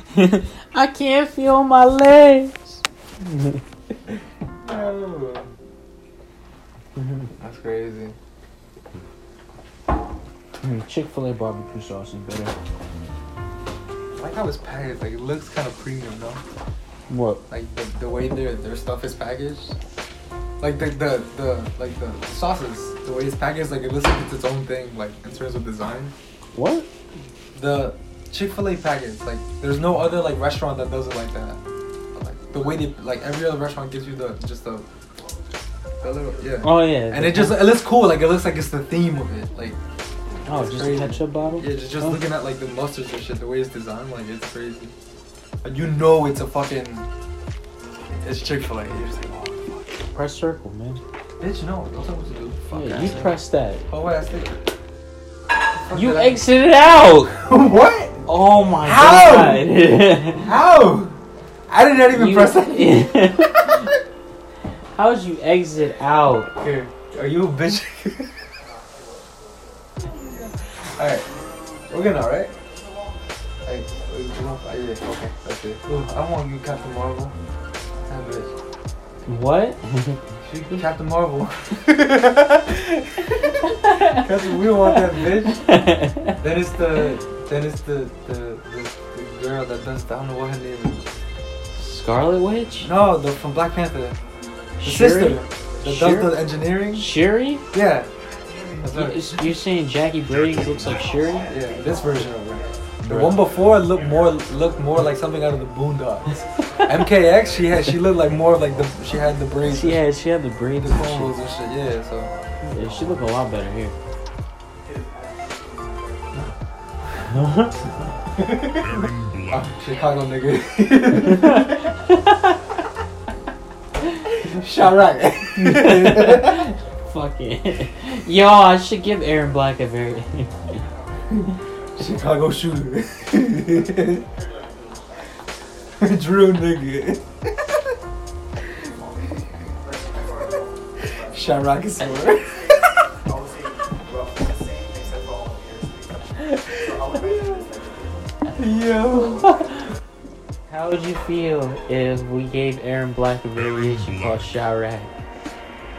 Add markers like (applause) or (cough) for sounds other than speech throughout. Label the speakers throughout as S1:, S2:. S1: (laughs) I can't feel my legs.
S2: That's crazy.
S3: Chick fil A barbecue sauce is better.
S2: Like how it's packaged, like it looks kind of premium, though.
S3: What?
S2: Like the, the way their their stuff is packaged, like the the, the like the sauces, the way it's packaged, like it looks like it's its own thing, like in terms of design.
S3: What?
S2: The Chick Fil A package, like there's no other like restaurant that does it like that. Like the way they like every other restaurant gives you the just the, the little yeah.
S3: Oh yeah.
S2: And it just it looks cool, like it looks like it's the theme of it, like
S3: oh
S2: it's
S3: just
S2: crazy.
S3: a ketchup bottle.
S2: Yeah, just, just
S3: Oh.
S2: looking at like the musters and shit, the way it's designed, like it's crazy. Like, you know it's a fucking it's Chick Fil A. You're just like, oh, fuck.
S3: Press circle, man.
S2: bitch, no, don't tell me what to do. Fuck
S3: Yeah,
S2: that.
S3: you press that.
S2: Oh wait, I think. Fuck
S3: You
S2: did I-
S3: exited out.
S2: (laughs) what?
S3: Oh my (laughs)
S2: How?
S3: god.
S2: How? I did not even
S3: You-
S2: press that.
S3: (laughs) How'd you exit out?
S2: Here, are you a bitch? all right, we're gonna all right. Hey, you want- oh, yeah, okay, that's it. Ooh, I want you Captain Marvel. That bitch.
S3: What?
S2: She Captain Marvel. (laughs) Captain, we don't want that bitch. Then it's the then it's the the, the, the girl that does the, I don't know what her name is.
S3: Scarlet Witch?
S2: No, the from Black Panther. The sister that does
S3: Shuri?
S2: the engineering.
S3: Shuri?
S2: Yeah. That's her.
S3: You- You're saying Jackie Briggs looks like Shuri?
S2: Yeah, this version of her. The
S3: Bruh.
S2: one before looked more looked more like something out of
S3: (laughs)
S2: the Boondocks. MKX, she had she looked like more of like the she had the braids,
S3: She
S2: the
S3: had, she had the braids and
S2: cornrows and shit. Yeah, so.
S3: shit. Yeah, she looked a lot better here.
S2: Oh, Chicago
S3: (laughs)
S2: nigga. Shot
S3: (laughs)
S2: right.
S3: Fuck it. (laughs) Yo, I should give Aaron Black a very. (laughs)
S2: Chicago shooter. (laughs) Drew nigga. Shot rock is sore. Yo.
S3: How would you feel if we gave Aaron Black a variation called Chirac?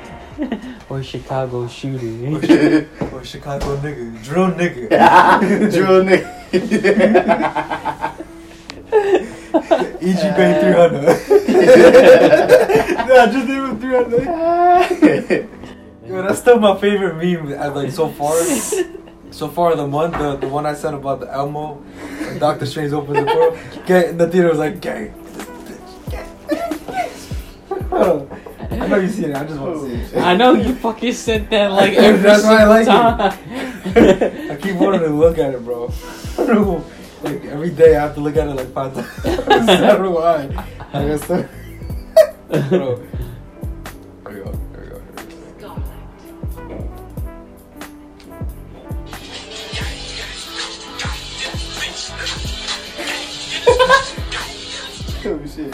S3: (laughs) or Chicago Shooter?
S2: Or Chicago nigga. Drew nigga.
S4: Drill nigga.
S2: EG Bay (laughs) 300. nah, just leave it 300. (laughs) Yo, that's still my favorite meme. I, like so far, so far the month, the, the one I sent about the Elmo, when Doctor Strange opens the door. Gang, in the theater was like gang. (laughs) I know you seen it. I just want to see it.
S3: I know you fucking sent that like every
S2: (laughs) That's why I
S3: single
S2: like
S3: time.
S2: (laughs) I keep wanting to look at it, bro. I don't know. like every day, I have to look at it like five (laughs) times. I don't know why. Like I said, (laughs) bro. There we go. There we go. There we go.
S4: oh shit.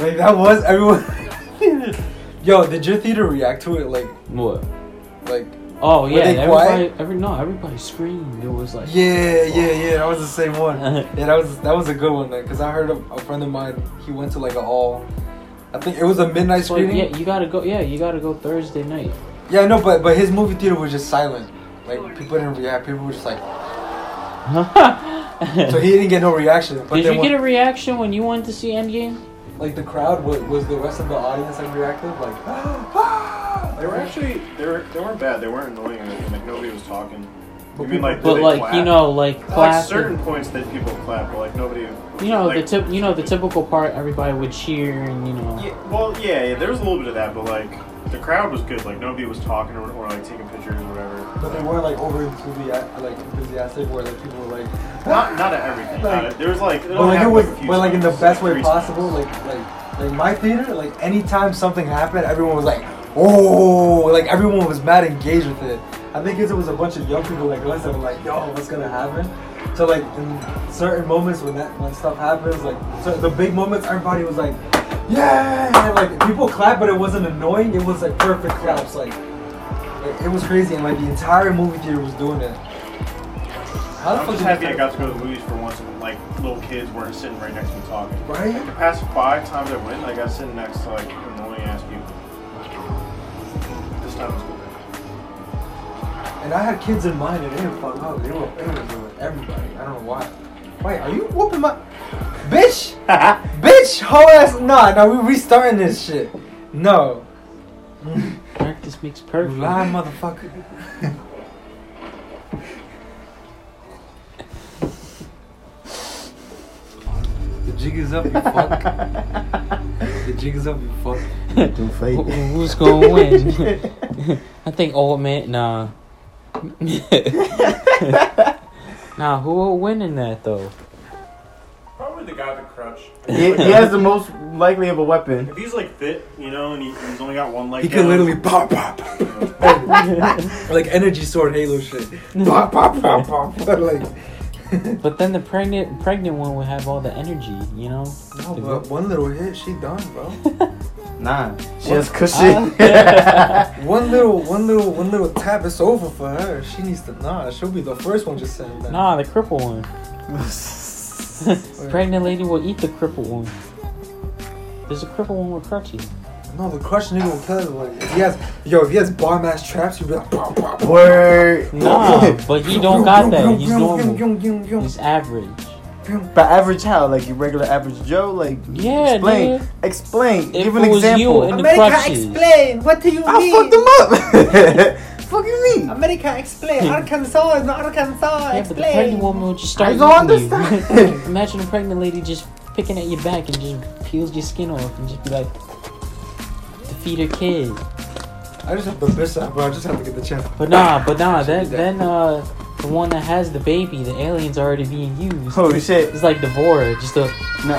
S2: Like that was everyone. (laughs) Yo, did your theater react to it? Like,
S3: What?
S2: like,
S3: Oh yeah,
S2: they
S3: everybody. Every no, everybody screamed. It was like
S2: yeah, yeah, yeah. That was the same one.
S3: (laughs)
S2: Yeah, that was that was a good one. Like, cause I heard a, a friend of mine. He went to like a all. I think it was a midnight
S3: So,
S2: screening.
S3: yeah, you gotta go. Yeah, you gotta go Thursday night.
S2: Yeah, no, but but his movie theater was just silent. Like people didn't react. People were just like,
S3: (laughs)
S2: so he didn't get no reaction. But
S3: Did
S2: then
S3: you
S2: when-
S3: get a reaction when you wanted to see Endgame?
S2: like the crowd was, was the rest of the audience like reactive? Like, (gasps) ah,
S4: They were actually they were they weren't bad. They weren't annoying or anything. Like nobody was talking.
S2: But
S4: You mean like did
S3: But
S4: they
S3: like
S4: clap?
S3: you know, like
S4: like
S3: clap.
S4: certain points that people clap, but like nobody.
S3: you know
S4: like,
S3: the tip. You know the typical part. Everybody would cheer and you know.
S4: Yeah, well, yeah, yeah, there was a little bit of that, but like the crowd was good. Like nobody was talking or, or like taking pictures or whatever.
S2: but they weren't like over enthusiastic, like enthusiastic, where like people were like,
S4: Not not at everything. not at- there was like, it
S2: but like
S4: only
S2: it
S4: happened
S2: was,
S4: a few
S2: but like in the
S4: times,
S2: best way
S4: three times.
S2: possible. Like like like my theater, like anytime something happened, everyone was like, oh, like everyone was mad engaged with it. I think because it was a bunch of young people like us that were like, yo, what's gonna happen? So like in certain moments when that when stuff happens, like so the big moments, everybody was like, yeah, and, like people clap, but it wasn't annoying. It was like perfect claps, like. Like, it was crazy, and like the entire movie theater was doing it. How the fuck
S4: I'm just
S2: did
S4: happy I
S2: they-
S4: got to go to the movies for once, and like little kids weren't sitting right next to me talking. The
S2: Right?
S4: past five times I went, I got sitting next to like annoying ass people. This time it's cool.
S2: (laughs) And I had kids in mind, and they didn't fuck up. They were they were doing everybody. I don't know why. Wait, are you whooping my bitch? bitch, whole ass. Nah, nah, we restarting this shit. No,
S3: Practice makes
S2: you
S3: perfect.
S2: lying motherfucker. (laughs) the jig is up, you fuck. the jig is up, you fuck.
S3: (laughs) Who- who's gonna win? (laughs) I think old man.
S4: (laughs)
S3: Nah. nah, who will win in that
S4: (laughs)
S3: though?
S4: Probably the guy with the crutch.
S5: He, he has the most likely of a weapon.
S4: If he's like fit, you know, and he, he's only got one leg,
S2: He can
S4: down,
S2: literally pop, pop, like energy sword Halo shit. (laughs) Pop, pop, pop, pop. like. (laughs)
S3: But then the pregnant pregnant one would have all the energy, you
S4: (laughs)
S3: know.
S2: No, but one little hit, she done, bro.
S5: Nah, she has cushion. (laughs)
S3: Ah.
S2: (laughs) one little, one little, one little tap, it's over for her. She needs to nah. She'll be the first one just saying that.
S3: (laughs) Nah, the crippled
S4: (laughs)
S3: one. (laughs) pregnant lady will eat the crippled one. There's a crippled one with crutches.
S2: No, the crush nigga will kill everybody. If he has, yo, if he has bomb ass traps, you'll be like, pop, pop, pop.
S5: Word.
S3: Nah, but he don't got that. He's normal. He's average.
S5: (laughs) But average how? Like you regular average Joe? Like
S3: Yeah,
S5: explain,
S3: nigga.
S5: explain,
S3: If
S5: give an
S3: it was you
S5: example.
S3: and the
S5: America,
S3: crutches.
S5: explain. What do you I mean? I fucked him up. (laughs) fuck you mean?
S2: America, explain. Arkansas is not Arkansas.
S3: Hmm. Yeah, but the pregnant woman would just start
S5: I don't
S3: eating you.
S5: understand.
S3: Imagine a pregnant lady just picking at your back and just peels your skin off and just be like, to feed her kid.
S2: I just have to bitch that, bro. I just have to get the chance.
S3: But
S5: (laughs)
S3: nah, but nah, then
S2: Should be
S3: then uh, the one that has the baby, the alien's already being used.
S5: Holy shit.
S3: It's like Devorah, just a
S5: No.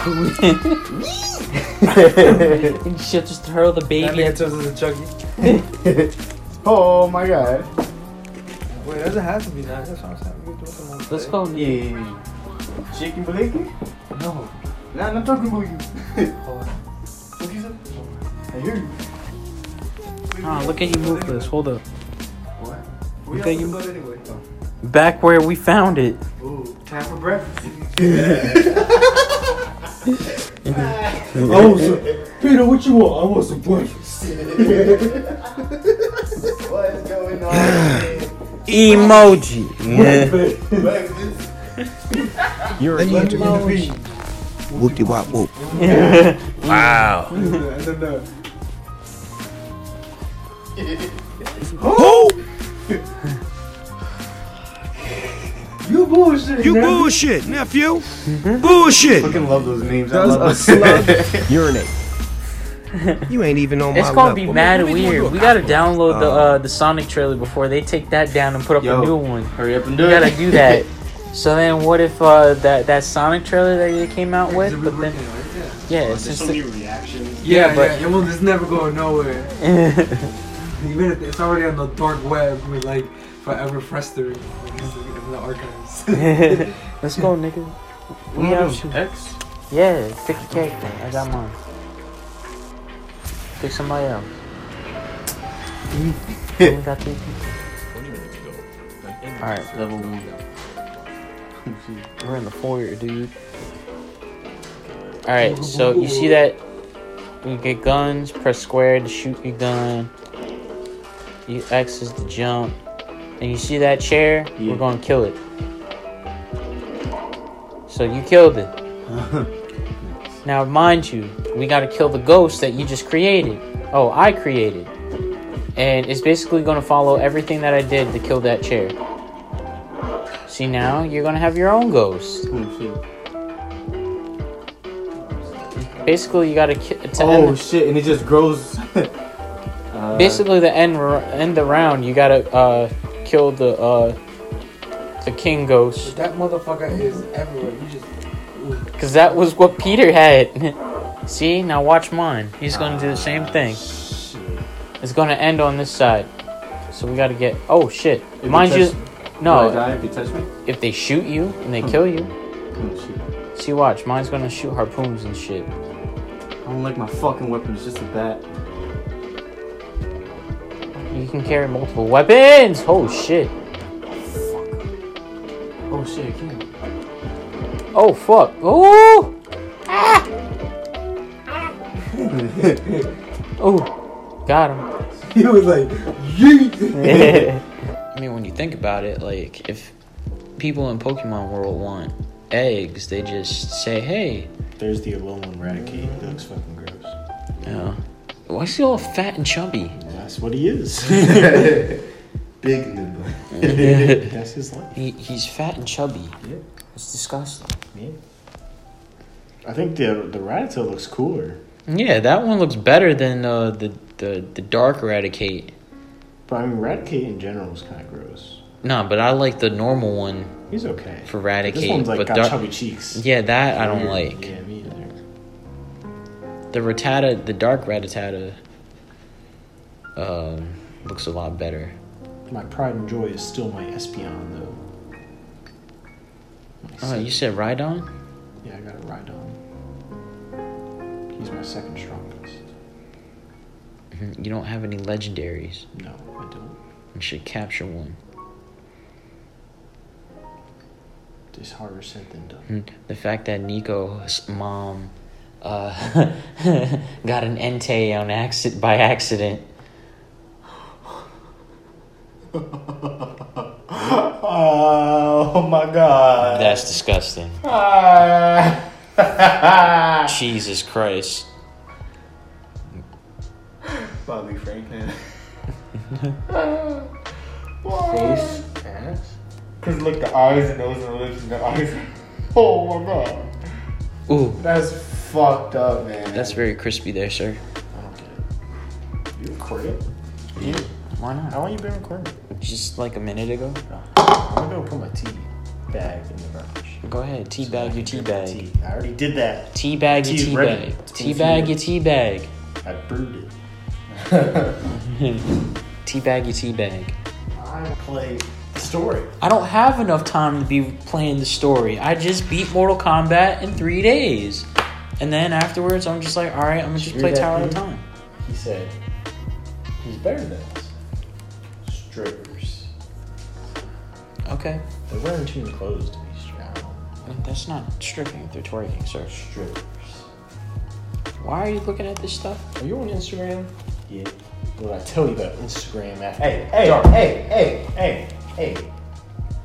S3: (laughs) and she'll just hurl the
S2: That
S3: baby.
S2: nigga
S3: at-
S2: turns into Chucky.
S5: (laughs) oh my god.
S2: Wait, it doesn't have to be that. That's what I'm saying. We can do it some other
S3: Let's
S2: day.
S3: go. nigga.
S5: Yeah. Shaking Blakey?
S3: No.
S5: Nah, I'm not talking
S2: (laughs)
S5: about you.
S2: Hold on.
S5: what you said? I hear you.
S3: Ah, look at you move this. Hold up.
S5: What?
S2: We
S3: think
S2: have to
S3: you-
S2: go anyway.
S3: Back where we found it.
S5: Ooh, time
S2: (laughs)
S5: for breakfast.
S2: I want some, Peter, what you want? I want some breakfast.
S5: (laughs) what is going on?
S3: (sighs) Emoji. Yeah.
S5: breakfast.
S6: You're
S2: Then you have to intervene.
S6: whoop de wop whoop.
S2: (laughs)
S6: Wow.
S2: And then the
S6: Who?
S2: You bullshit.
S6: You
S2: man.
S6: bullshit, nephew.
S5: Mm-hmm.
S6: Bullshit.
S5: Fucking love those memes. I
S2: That was
S5: love
S2: a
S5: those.
S2: slug.
S3: (laughs)
S6: Urinate. You ain't even on
S3: It's
S6: my
S3: gonna
S6: level.
S3: be mad
S6: Let me do a
S3: weird. We
S6: couple.
S3: gotta download the
S6: Uh,
S3: uh, the Sonic trailer before they take that down and put up
S5: Yo.
S3: a new one.
S5: Hurry up and do
S3: We
S5: it.
S3: gotta do
S6: (laughs)
S5: (laughs)
S3: that. So then, what if uh, that that Sonic trailer that they came out with? But then, yeah,
S4: There's
S3: since
S2: (laughs)
S4: so many reactions.
S2: Yeah,
S3: but-
S2: yeah, yeah, well, it's never going nowhere.
S3: the,
S2: Even if it's already on the dark web, we're like forever festering in the
S3: (laughs)
S2: archives. (laughs)
S3: let's go, nigga. We have to.
S5: X.
S3: Yeah, pick a character. I got mine. Pick somebody else. we got three people. Alright,
S5: Level one.
S3: we're in the foyer, dude. Alright, so you see that? You get guns, press square to shoot your gun. You X is the jump. And you see that chair?
S5: Yeah.
S3: We're gonna kill it. So you killed it. Now, mind you, we gotta kill the ghost that you just created. Oh, I created. And it's basically gonna follow everything that I did to kill that chair. See, now you're gonna have your own ghost.
S5: oh shit.
S3: Basically, you gotta ki- to end.
S5: Oh shit, and it just grows. (laughs) uh,
S3: basically, the end ro- end the round, you gotta uh, kill the uh the king ghost
S2: That motherfucker is everywhere. You just. Ooh.
S3: because that was what Peter had. (laughs) See, now watch mine. He's gonna do the same thing. It's gonna end on this side, so we gotta get. Oh shit!
S5: you
S3: Mind you,
S5: touch-
S3: no.
S5: Will I die if you touch me?
S3: if they shoot you and they kill you,
S5: Oh, shoot.
S3: see, watch. Mine's gonna shoot harpoons and shit.
S5: I don't like my fucking weapons, just a bat.
S3: You can carry multiple weapons. Oh shit!
S5: Oh shit, I can't.
S3: Oh fuck! Oh! (laughs) Oh! Got him.
S2: (laughs) He was like, yeet.
S3: (laughs) I mean, when you think about it, like if people in Pokemon World want eggs, they just say, "Hey,
S4: There's the Alolan Raticate. That looks fucking gross.
S3: you know, why is he all fat and chubby?"
S4: That's what
S2: (laughs)
S4: he is. Big Nimble.
S2: (laughs)
S4: That's his life.
S3: He, he's fat and chubby.
S4: Yeah.
S3: It's disgusting.
S4: Yeah. I think the the Rattata looks cooler.
S3: Yeah, that one looks better than uh, the the the dark Eradicate.
S4: But I mean, Raticate in general is kind of gross.
S3: Nah, but I like the normal one.
S4: He's okay.
S3: For
S4: But This
S3: Raticate,
S4: one's like
S3: but
S4: got
S3: Dar-
S4: chubby cheeks.
S3: Yeah, that I don't
S4: Weird.
S3: like.
S4: Yeah, me either.
S3: The Rattata, the dark Rattata, um, looks a lot better.
S4: My pride and joy is still my Espeon though. My
S3: Oh,
S4: second-
S3: you said Rhydon?
S4: Yeah, I got a ride on. He's my second strongest.
S3: Mm-hmm. You don't have any legendaries.
S4: No, I don't.
S3: We should capture one.
S4: It's harder said than done.
S3: Hmm, The fact that Nico's mom uh, (laughs) got an Entei on accident by accident.
S4: Oh my god.
S3: That's disgusting.
S4: Ah.
S3: Jesus Christ.
S4: Bobby Franklin. (laughs) Face,
S5: (laughs)
S4: ass. Cause look, the eyes and nose and lips and the eyes. (laughs) Oh my god.
S3: Ooh,
S4: That's fucked up, man.
S3: that's very crispy there, sir.
S4: I don't get it. You record it?
S3: Why not?
S4: How long you been recording?
S3: Just like a minute ago.
S4: I'm gonna go put my tea bag in the garbage.
S3: Go ahead, teabag your teabag.
S4: Tea. I already did that.
S3: Teabag
S4: Tea's
S3: your
S4: ready.
S3: teabag.
S4: It's
S3: Teabag your teabag.
S4: (laughs) I brewed it.
S3: Teabag your teabag.
S4: I play the story.
S3: I don't have enough time to be playing the story. I just beat Mortal Kombat in three days. And then afterwards, I'm just like, all right, I'm gonna just
S4: Screw
S3: play
S4: that
S3: Tower of
S4: dude.
S3: Time.
S4: He said, he's better than us. Strippers.
S3: Okay.
S4: They're wearing too many clothes to be strippers.
S3: That's not stripping, they're twerking, sir.
S4: Strippers.
S3: Why are you looking at this stuff?
S4: Are you on Instagram? Yeah. What I tell you about Instagram after Hey, hey, hey, hey, hey, hey,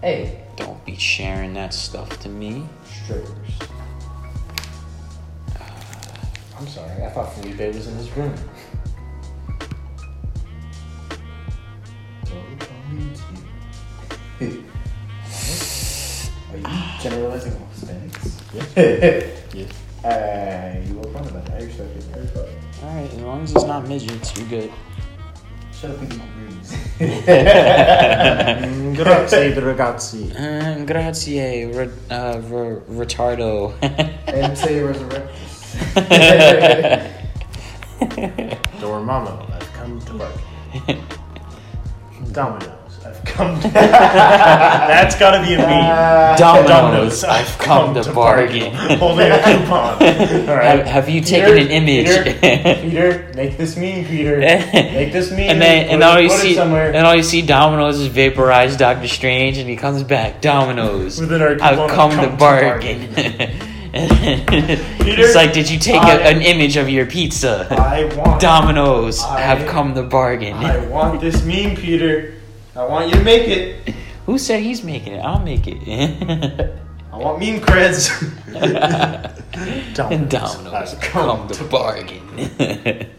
S4: hey.
S3: Don't be sharing that stuff to me.
S4: Strippers. I'm sorry, I thought Felipe was in his room. Are you generalizing all Hispanics? Yes. yes. Uh, you were wrong about that. I respect it. I respect it.
S3: All right, as long as it's not midgets, you're good.
S4: Shut up and eat greens. (laughs)
S5: Grazie, ragazzi.
S3: Um, Mm, grazie, re, uh, re, retardo.
S4: And say resurrectus.
S3: (laughs)
S4: Dormammu, I've come to work. Dominoes, I've come to (laughs) That's gotta be a meme.
S3: Dominoes, I've come to bargain.
S4: Holding a coupon.
S3: (laughs) Have, have you taken an image? (laughs)
S4: Peter, (laughs) Peter, make this meme, Peter. Make this meme.
S3: and then and
S4: put it-
S3: all you
S4: put it
S3: see
S4: somewhere.
S3: and all you see Domino's is vaporized Doctor Strange and he comes back Domino's
S4: With an arc-
S3: I've come, to bargain. (laughs) it's like did you take
S4: I-
S3: a, an image of your pizza?
S4: I
S3: (laughs)
S4: want.
S3: Domino's
S4: I-
S3: have come to bargain.
S4: I want this meme, Peter. I want you to make it.
S3: Who said he's making it? I'll make
S4: (laughs)
S3: it.
S4: I want meme creds. (laughs)
S3: and Domino's
S4: I've
S3: come to bargain.
S4: (laughs)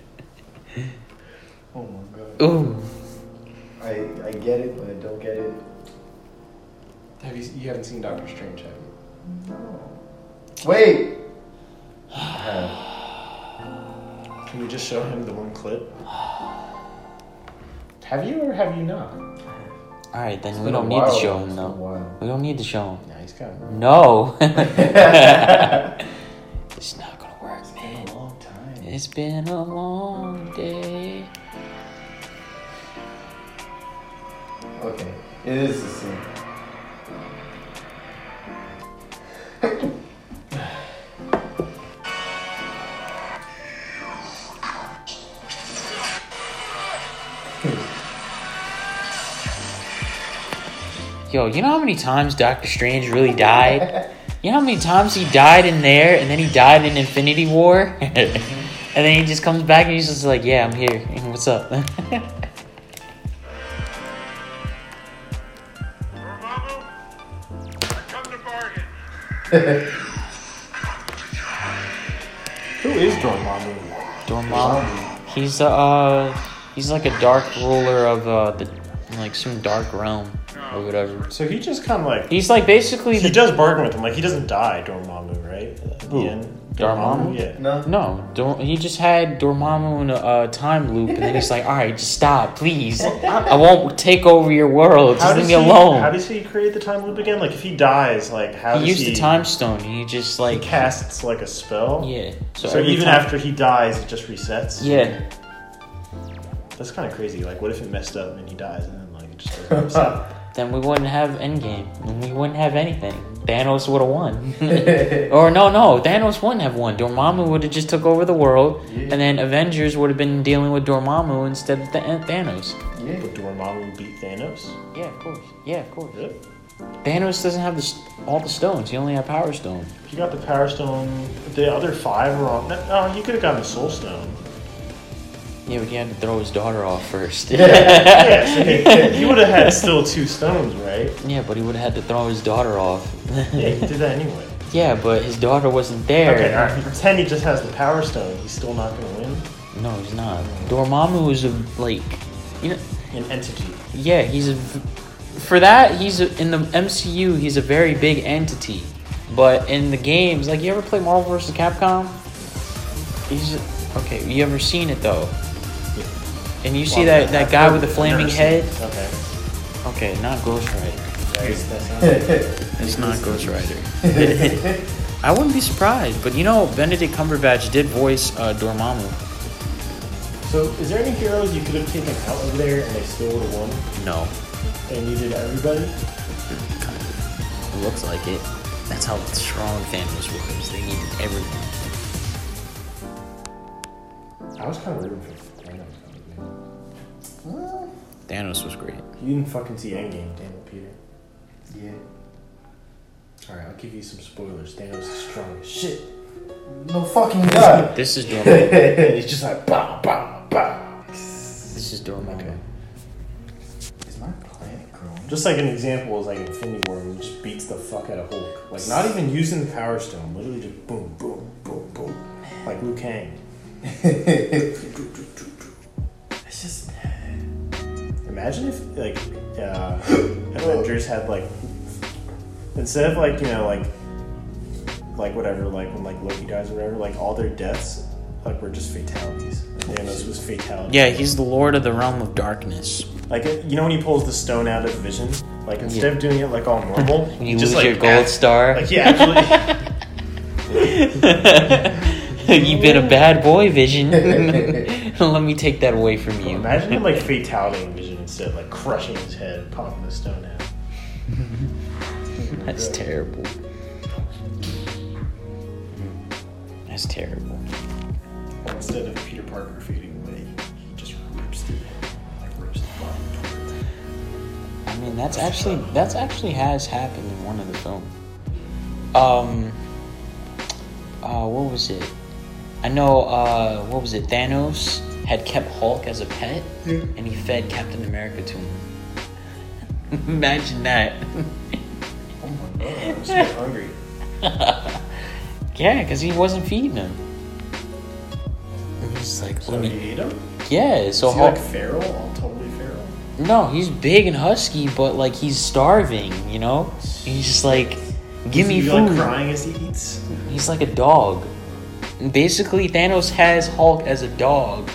S4: Oh my god.
S3: Ooh,
S4: I, I get it, but I don't get it. Have you you haven't seen Doctor Strange, have you? No. Wait. Can we just show him the one clip? Have you or have you not?
S3: All right, then
S4: It's
S3: we
S4: been
S3: don't
S4: a
S3: need to
S4: while,
S3: show
S4: it's
S3: him
S4: been a
S3: though.
S4: while.
S3: We don't need to show him.
S4: Yeah, he's kind of (laughs)
S3: No, (laughs) it's not gonna work, man.
S4: a long time.
S3: It's been a long day.
S4: Okay, it is the same.
S3: Yo, you know how many times Doctor Strange really died? You know how many times he died in there, and then he died in Infinity War, (laughs) and then he just comes back and he's just like, "Yeah, I'm here. (laughs) What's up?"
S7: Bravo, I come to bargain.
S4: Who is Dormammu?
S3: Dormammu. He's a uh, he's like a dark ruler of uh, the like some dark realm or whatever.
S8: So he just kind of like
S3: He's like basically
S8: he
S3: the
S8: does bargain with him. Like he doesn't die, Dormammu, right? At the
S3: Who?
S8: end.
S3: Dormammu?
S8: Yeah.
S4: No.
S3: No, Dor- he just had Dormammu in a uh, time loop, and then he's like, "All right, just stop, please. I won't take over your world. Just leave me
S8: he, How
S3: alone."
S8: does he create the time loop again? Like if he dies, like how
S3: He
S8: does
S3: used
S8: he
S3: the time stone. He just
S8: He
S3: like
S8: casts like a spell.
S3: yeah. So,
S8: So
S3: every
S8: even
S3: time-
S8: after he dies, it just resets.
S3: yeah,
S8: That's kind of crazy. Like what if it messed up and he dies and then like it just doesn't reset?
S3: then we wouldn't have Endgame, and we wouldn't have anything. Thanos would have
S8: (laughs)
S3: won, or no, no, Thanos wouldn't have won. Dormammu would have just took over the world, and then Avengers would have been dealing with Dormammu instead of Th- Thanos.
S4: Yeah.
S8: Would Dormammu beat Thanos?
S3: Yeah, of course. Yeah, of course.
S8: Really?
S3: Thanos doesn't have the st- all the stones. He only had Power Stone.
S8: He got the Power Stone. The other five were on. No, no, he could have gotten the Soul
S3: (laughs)
S8: Stone.
S3: Yeah, but he had to throw his daughter off first. (laughs)
S8: Yeah, so he, he would have had still two stones, right?
S3: yeah, but he would have had to throw his daughter off.
S8: Yeah, he did that anyway.
S3: (laughs) yeah, but his daughter wasn't there.
S8: Okay, all right. Pretend he just has the Power Stone. He's still not going to win.
S3: No, he's not. Dormammu is a like, you know,
S8: An entity.
S3: yeah, he's a. For that, he's a, in the MCU. He's a very big entity, but in the games, like you ever play Marvel vs. Capcom? He's okay. You ever seen it though?
S8: Yeah.
S3: And you see that, that guy with the flaming head?
S8: Okay.
S3: Okay, not Ghost Rider. It's not Ghost Rider. (laughs) I wouldn't be surprised, but you know Benedict Cumberbatch did voice uh, Dormammu.
S8: So, is there any heroes you could have taken out of there and they still would have won?
S3: No,
S8: They needed everybody?
S3: it looks like it. That's how strong Thanos was. They needed everyone.
S4: I was kind of rooting for Thanos.
S3: Thanos was great.
S8: You didn't fucking see Endgame, damn it, Peter.
S4: Yeah.
S8: Alright, I'll give you some spoilers. Thanos is strong as shit.
S4: No fucking god.
S3: This is (laughs) Dormammu.
S8: and (laughs) he's just like, bah, bah, bah.
S3: this is Dormammu.
S4: Is my planet growing?
S8: Just like an example is like Infinity War, when he just beats the fuck out of Hulk. Like, not even using the Power Stone, literally just boom, boom, boom, boom. Like
S4: (laughs)
S8: Liu Kang.
S4: It's just.
S8: Imagine if like
S4: (gasps)
S8: uh, Avengers had like instead of like you know like like whatever like when like Loki dies or whatever like all their deaths like were just fatalities. And Thanos was fatality.
S3: Yeah, he's the Lord of the Realm of Darkness.
S8: like you know when he pulls the stone out of Vision. Like instead of doing it like all
S3: (laughs)
S8: normal,
S3: When
S8: he
S3: you
S8: just
S3: lose
S8: like
S3: your gold
S8: act-
S3: star,
S8: Like he actually
S3: (laughs) you've been a bad boy, Vision. (laughs) Let me take that away from you. (laughs)
S8: imagine him like fatality in Vision instead of like crushing his head, and popping the stone out.
S3: That's terrible. That's terrible.
S8: Instead of Peter Parker fading away, he just rips through him, like rips the body. apart.
S3: I mean, that's actually that's actually has happened in one of the films. Um, uh, what was it? I know. Uh, what was it? Thanos had kept Hulk as a pet, and he fed Captain America to him. (laughs) Imagine that. (laughs)
S4: Oh my god, I'm so hungry.
S3: yeah, because he wasn't feeding him. And He's like,
S8: So
S3: let
S8: you
S3: me-
S8: eat him?
S3: yeah. So
S8: Is he
S3: Hulk.
S8: like feral? All totally feral.
S3: No, he's big and husky, but like he's starving, you know? He's just like, give me
S8: Is he,
S3: food.
S8: like crying as he eats?
S3: he's like a dog. And basically, Thanos has Hulk as a dog,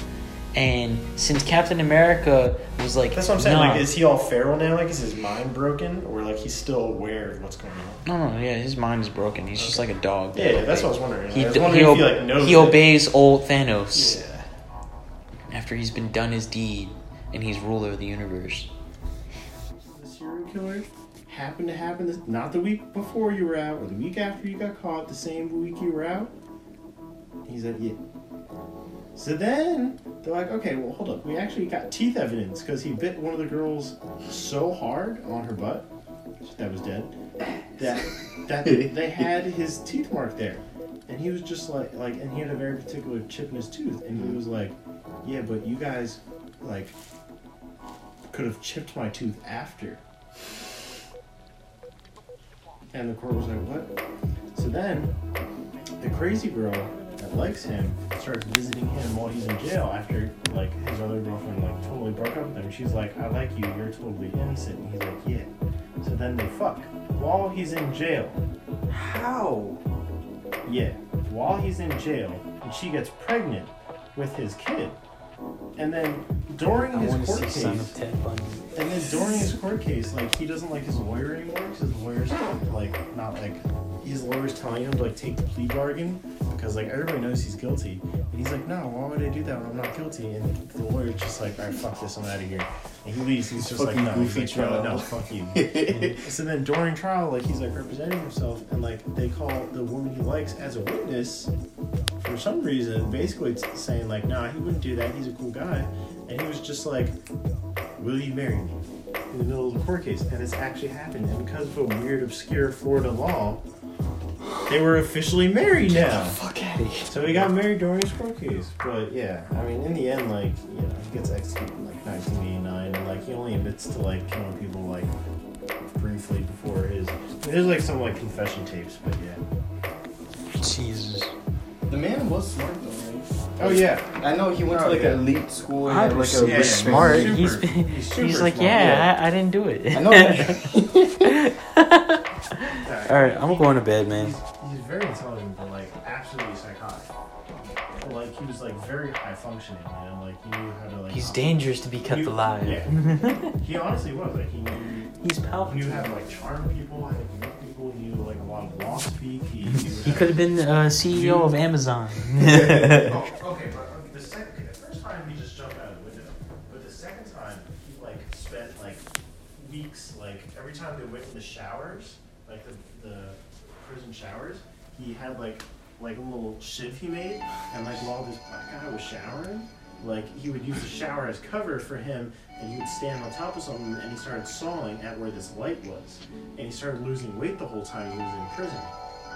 S3: And since Captain America was like,
S8: That's what I'm saying.
S3: "Nah."
S8: Like, is he all feral now? Like, is his mind broken, or like he's still aware of what's going on?
S3: no, no, yeah, his mind is broken. He's just like a dog.
S8: Yeah, yeah, that's what I was wondering.
S3: He,
S8: I was
S3: d-
S8: wondering
S3: he,
S8: if he like
S3: ob-
S8: knows.
S3: he
S8: that-
S3: obeys old Thanos
S8: Yeah.
S3: after he's been done his deed and he's ruler of the universe.
S8: The serial killer happened to happen this, not the week before you were out, or the week after you got caught, the same week you were out. He's like, yeah. So then they're like, okay, well, hold up. We actually got teeth evidence because he bit one of the girls so hard on her butt that was dead that that they had his teeth mark there, and he was just like, like, and he had a very particular chip in his tooth, and he was like, yeah, but you guys, like, could have chipped my tooth after. And the court was like, what? So then, the crazy girl that likes him starts visiting him while he's in jail after, like, his other girlfriend, like, totally broke up with him. She's like, I like you, you're totally innocent. And he's like, yeah. So then they fuck while he's in jail.
S4: How?
S8: Yeah, while he's in jail, and she gets pregnant with his kid. And then during his court case,
S3: Ted Bundy.
S8: and then during his court case, like he doesn't like his lawyer anymore because his lawyer's like not like his lawyer's telling him to like take the plea bargain because like everybody knows he's guilty. And he's like, no, why would I do that when I'm not guilty? And the lawyer's just like, all right, fuck this, I'm out of here. And he leaves. He's just like,
S4: Fucking
S8: no, he's
S4: goofy
S8: like, no,
S4: trial.
S8: no, fuck you.
S4: (laughs)
S8: so then during trial, like he's like representing himself, and like they call the woman he likes as a witness for some reason, basically t- saying like, nah, he wouldn't do that. He's a cool guy. And he was just like, will you marry me? In the middle of the court case, and it's actually happened. And because of a weird, obscure Florida law, they were officially married now. fuck So he got married during his court case. But yeah, I mean, in the end, like, you know, he gets executed in like 1989, and like he only admits to like killing people like briefly before his. There's like some like confession tapes, but yeah.
S3: Jesus.
S4: The man was smart though, right?
S8: Oh yeah.
S4: I know he went
S8: Oh,
S4: to like
S8: yeah.
S4: an elite school and
S1: I
S4: had like a
S1: understand.
S4: rich
S1: He's
S4: family.
S1: smart.
S3: He's,
S8: Super.
S3: he's,
S8: super
S3: like,
S8: smart.
S3: yeah, I, I didn't do it.
S4: I
S1: (laughs)
S3: (laughs)
S4: know that.
S3: All right, I'm going to bed, man.
S8: He's, he's very intelligent, but like absolutely psychotic. But, like he was like very high functioning, you know, like he knew how to like.
S3: He's dangerous to be kept
S8: knew-
S3: alive.
S8: Yeah. he honestly was like he knew,
S3: (laughs) He's powerful.
S8: knew how to like charm people, how to connect people. He knew like a lot of law speak. He, knew
S3: He
S8: how
S3: could
S8: to-
S3: have been uh, CEO of Amazon.
S8: Oh, okay, but um, the second, the first time he just jumped out of the window, but the second time he like spent like weeks, like every time they went in the showers, like the, the prison showers, he had like like a little shiv he made, and like while this black guy was showering, like he would use the shower as cover for him, and he would stand on top of something, and he started sawing at where this light was, and he started losing weight the whole time he was in prison.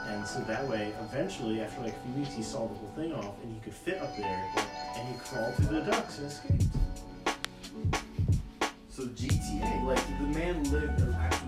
S8: And so that way, eventually, after like a few weeks, he saw the whole thing off and he could fit up there and he crawled through the ducts and escaped.
S4: so GTA, like the man lived an actual